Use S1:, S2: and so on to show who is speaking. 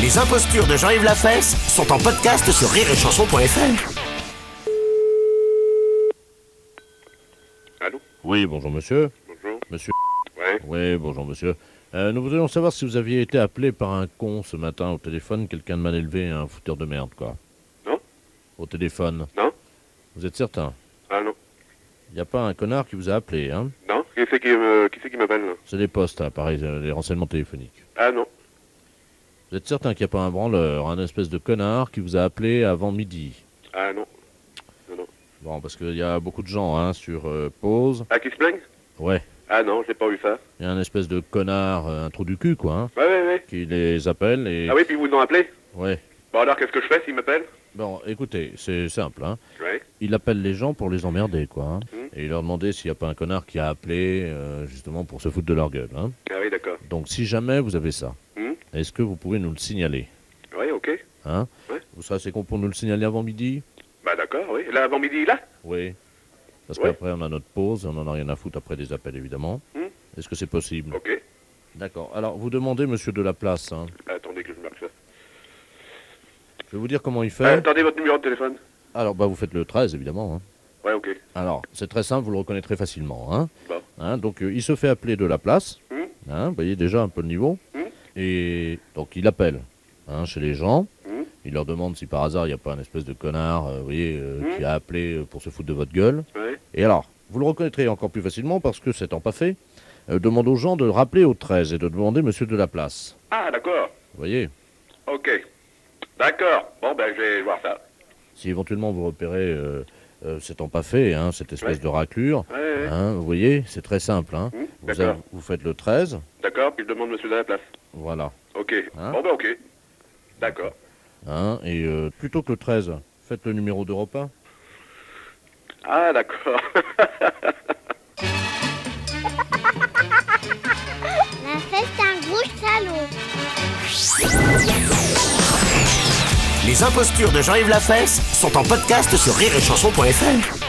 S1: Les impostures de Jean-Yves Lafesse sont en podcast sur rireetchanson.fr.
S2: Allô
S3: Oui, bonjour monsieur.
S2: Bonjour.
S3: Monsieur.
S2: Ouais.
S3: Oui, bonjour monsieur. Euh, nous voudrions savoir si vous aviez été appelé par un con ce matin au téléphone, quelqu'un de mal élevé, un fouteur de merde, quoi.
S2: Non.
S3: Au téléphone.
S2: Non.
S3: Vous êtes certain
S2: Ah non.
S3: Il n'y a pas un connard qui vous a appelé, hein
S2: Non Qui c'est qui, me- qui, c'est qui m'appelle là
S3: C'est les postes, hein, pareil, euh, les renseignements téléphoniques.
S2: Ah non.
S3: Vous êtes certain qu'il n'y a pas un branleur, un espèce de connard qui vous a appelé avant midi
S2: Ah non.
S3: Bon, parce qu'il y a beaucoup de gens, hein, sur euh, pause.
S2: Ah, qui se plaignent
S3: Ouais,
S2: Ah non, j'ai pas eu ça.
S3: il y a un espèce de connard, euh, un trou du cul, quoi, hein,
S2: Ouais, ouais, ouais.
S3: qui les appelle et...
S2: Ah oui, puis ils vous l'ont appelé
S3: Ouais.
S2: Bon alors, qu'est-ce que je fais s'ils m'appellent
S3: Bon, écoutez, c'est simple, hein.
S2: Ouais.
S3: Il appelle les gens pour les emmerder, quoi. hein.
S2: Mhm.
S3: Et il leur demandait s'il n'y a pas un connard qui a appelé, euh, justement, pour se foutre de leur gueule. hein.
S2: Ah oui, d'accord.
S3: Donc, si jamais vous avez ça,
S2: Mhm.
S3: est-ce que vous pouvez nous le signaler
S2: Ouais, ok.
S3: hein
S2: Ouais.
S3: Vous serez assez con pour nous le signaler avant midi
S2: Bah d'accord, oui. Là, avant midi, là
S3: Oui. Parce
S2: Ouais.
S3: qu'après, on a notre pause, et on n'en a rien à foutre après des appels, évidemment.
S2: Mhm.
S3: Est-ce que c'est possible
S2: Ok.
S3: D'accord. Alors, vous demandez, monsieur, de la place. hein.
S2: Attendez que je marque ça.
S3: Je vais vous dire comment il
S2: Ah,
S3: fait.
S2: attendez votre numéro de téléphone.
S3: Alors, bah, vous faites le 13, évidemment. hein.
S2: Ouais, ok.
S3: Alors, c'est très simple, vous le reconnaîtrez facilement. Hein
S2: Bon.
S3: Hein, donc, euh, il se fait appeler de la place.
S2: Mhm.
S3: Hein, vous voyez déjà un peu le niveau.
S2: Mhm.
S3: Et donc, il appelle hein, chez les gens.
S2: Mhm.
S3: Il leur demande si par hasard, il n'y a pas un espèce de connard euh, vous voyez, euh,
S2: Mhm.
S3: qui a appelé euh, pour se foutre de votre gueule.
S2: Ouais.
S3: Et alors, vous le reconnaîtrez encore plus facilement parce que, c'est en pas fait, euh, demande aux gens de le rappeler au 13 et de demander monsieur de la place.
S2: Ah, d'accord.
S3: Vous voyez
S2: Ok. D'accord. Bon, ben, je vais voir ça.
S3: Si éventuellement vous repérez euh, euh, cet empaffé, hein, cette espèce
S2: Ouais.
S3: de raclure,
S2: Ouais, ouais.
S3: hein, vous voyez, c'est très simple. Hein.
S2: Hmm,
S3: Vous,
S2: d'accord.
S3: avez- vous faites le 13,
S2: D'accord, puis je demande monsieur de la place.
S3: voilà.
S2: Ok.
S3: Hein
S2: bon, ben, ok. D'accord.
S3: hein, et euh, plutôt que le 13, faites le numéro d'Europe 1.
S2: Ah, d'accord.
S4: La fête, c'est un gros salaud.
S1: Les impostures de Jean-Yves Lafesse sont en podcast sur rireetchanson.fr.